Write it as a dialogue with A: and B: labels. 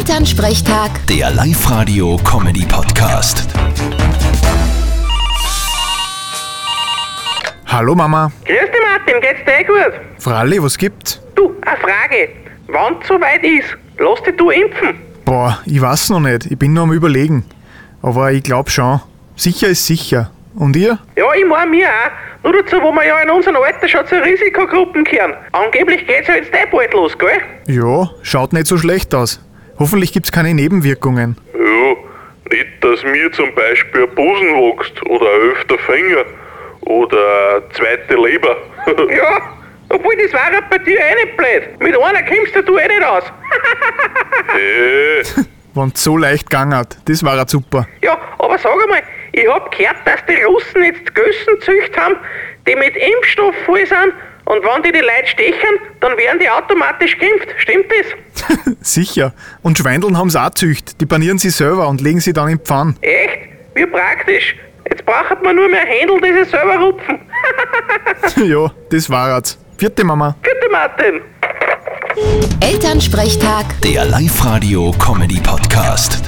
A: Elternsprechtag,
B: Der Live-Radio-Comedy-Podcast.
C: Hallo Mama.
D: Grüß dich Martin, geht's dir eh gut?
C: Fralli, was gibt's?
D: Du, eine Frage. Wann soweit ist, lass dich du impfen.
C: Boah, ich weiß noch nicht. Ich bin noch am Überlegen. Aber ich glaub schon. Sicher ist sicher. Und ihr?
D: Ja, ich mein mir auch. Nur dazu, wo wir ja in unserem Alter schon zu Risikogruppen gehören. Angeblich geht's ja jetzt eh bald los, gell?
C: Ja, schaut nicht so schlecht aus. Hoffentlich gibt's keine Nebenwirkungen.
E: Ja, nicht, dass mir zum Beispiel ein Busen wächst oder ein öfter Finger oder eine zweite Leber.
D: Ja, obwohl das war ja bei dir eh nicht blöd. Mit einer kommst du eh nicht raus.
E: äh,
C: Wenn's so leicht gangert. Das war grad super.
D: ja, aber sag einmal, ich hab gehört, dass die Russen jetzt Gössen zücht haben, die mit Impfstoff voll sind und wenn die die Leute stechen, dann werden die automatisch geimpft. Stimmt das?
C: Sicher. Und Schweindeln haben's auch zücht. Die panieren sie selber und legen sie dann in die Pfanne.
D: Echt? Wie praktisch. Jetzt braucht man nur mehr Händel, die sich selber rupfen.
C: ja, das war grad. Vierte Mama.
D: Bitte, Martin.
A: Elternsprechtag.
B: Der Live-Radio-Comedy-Podcast.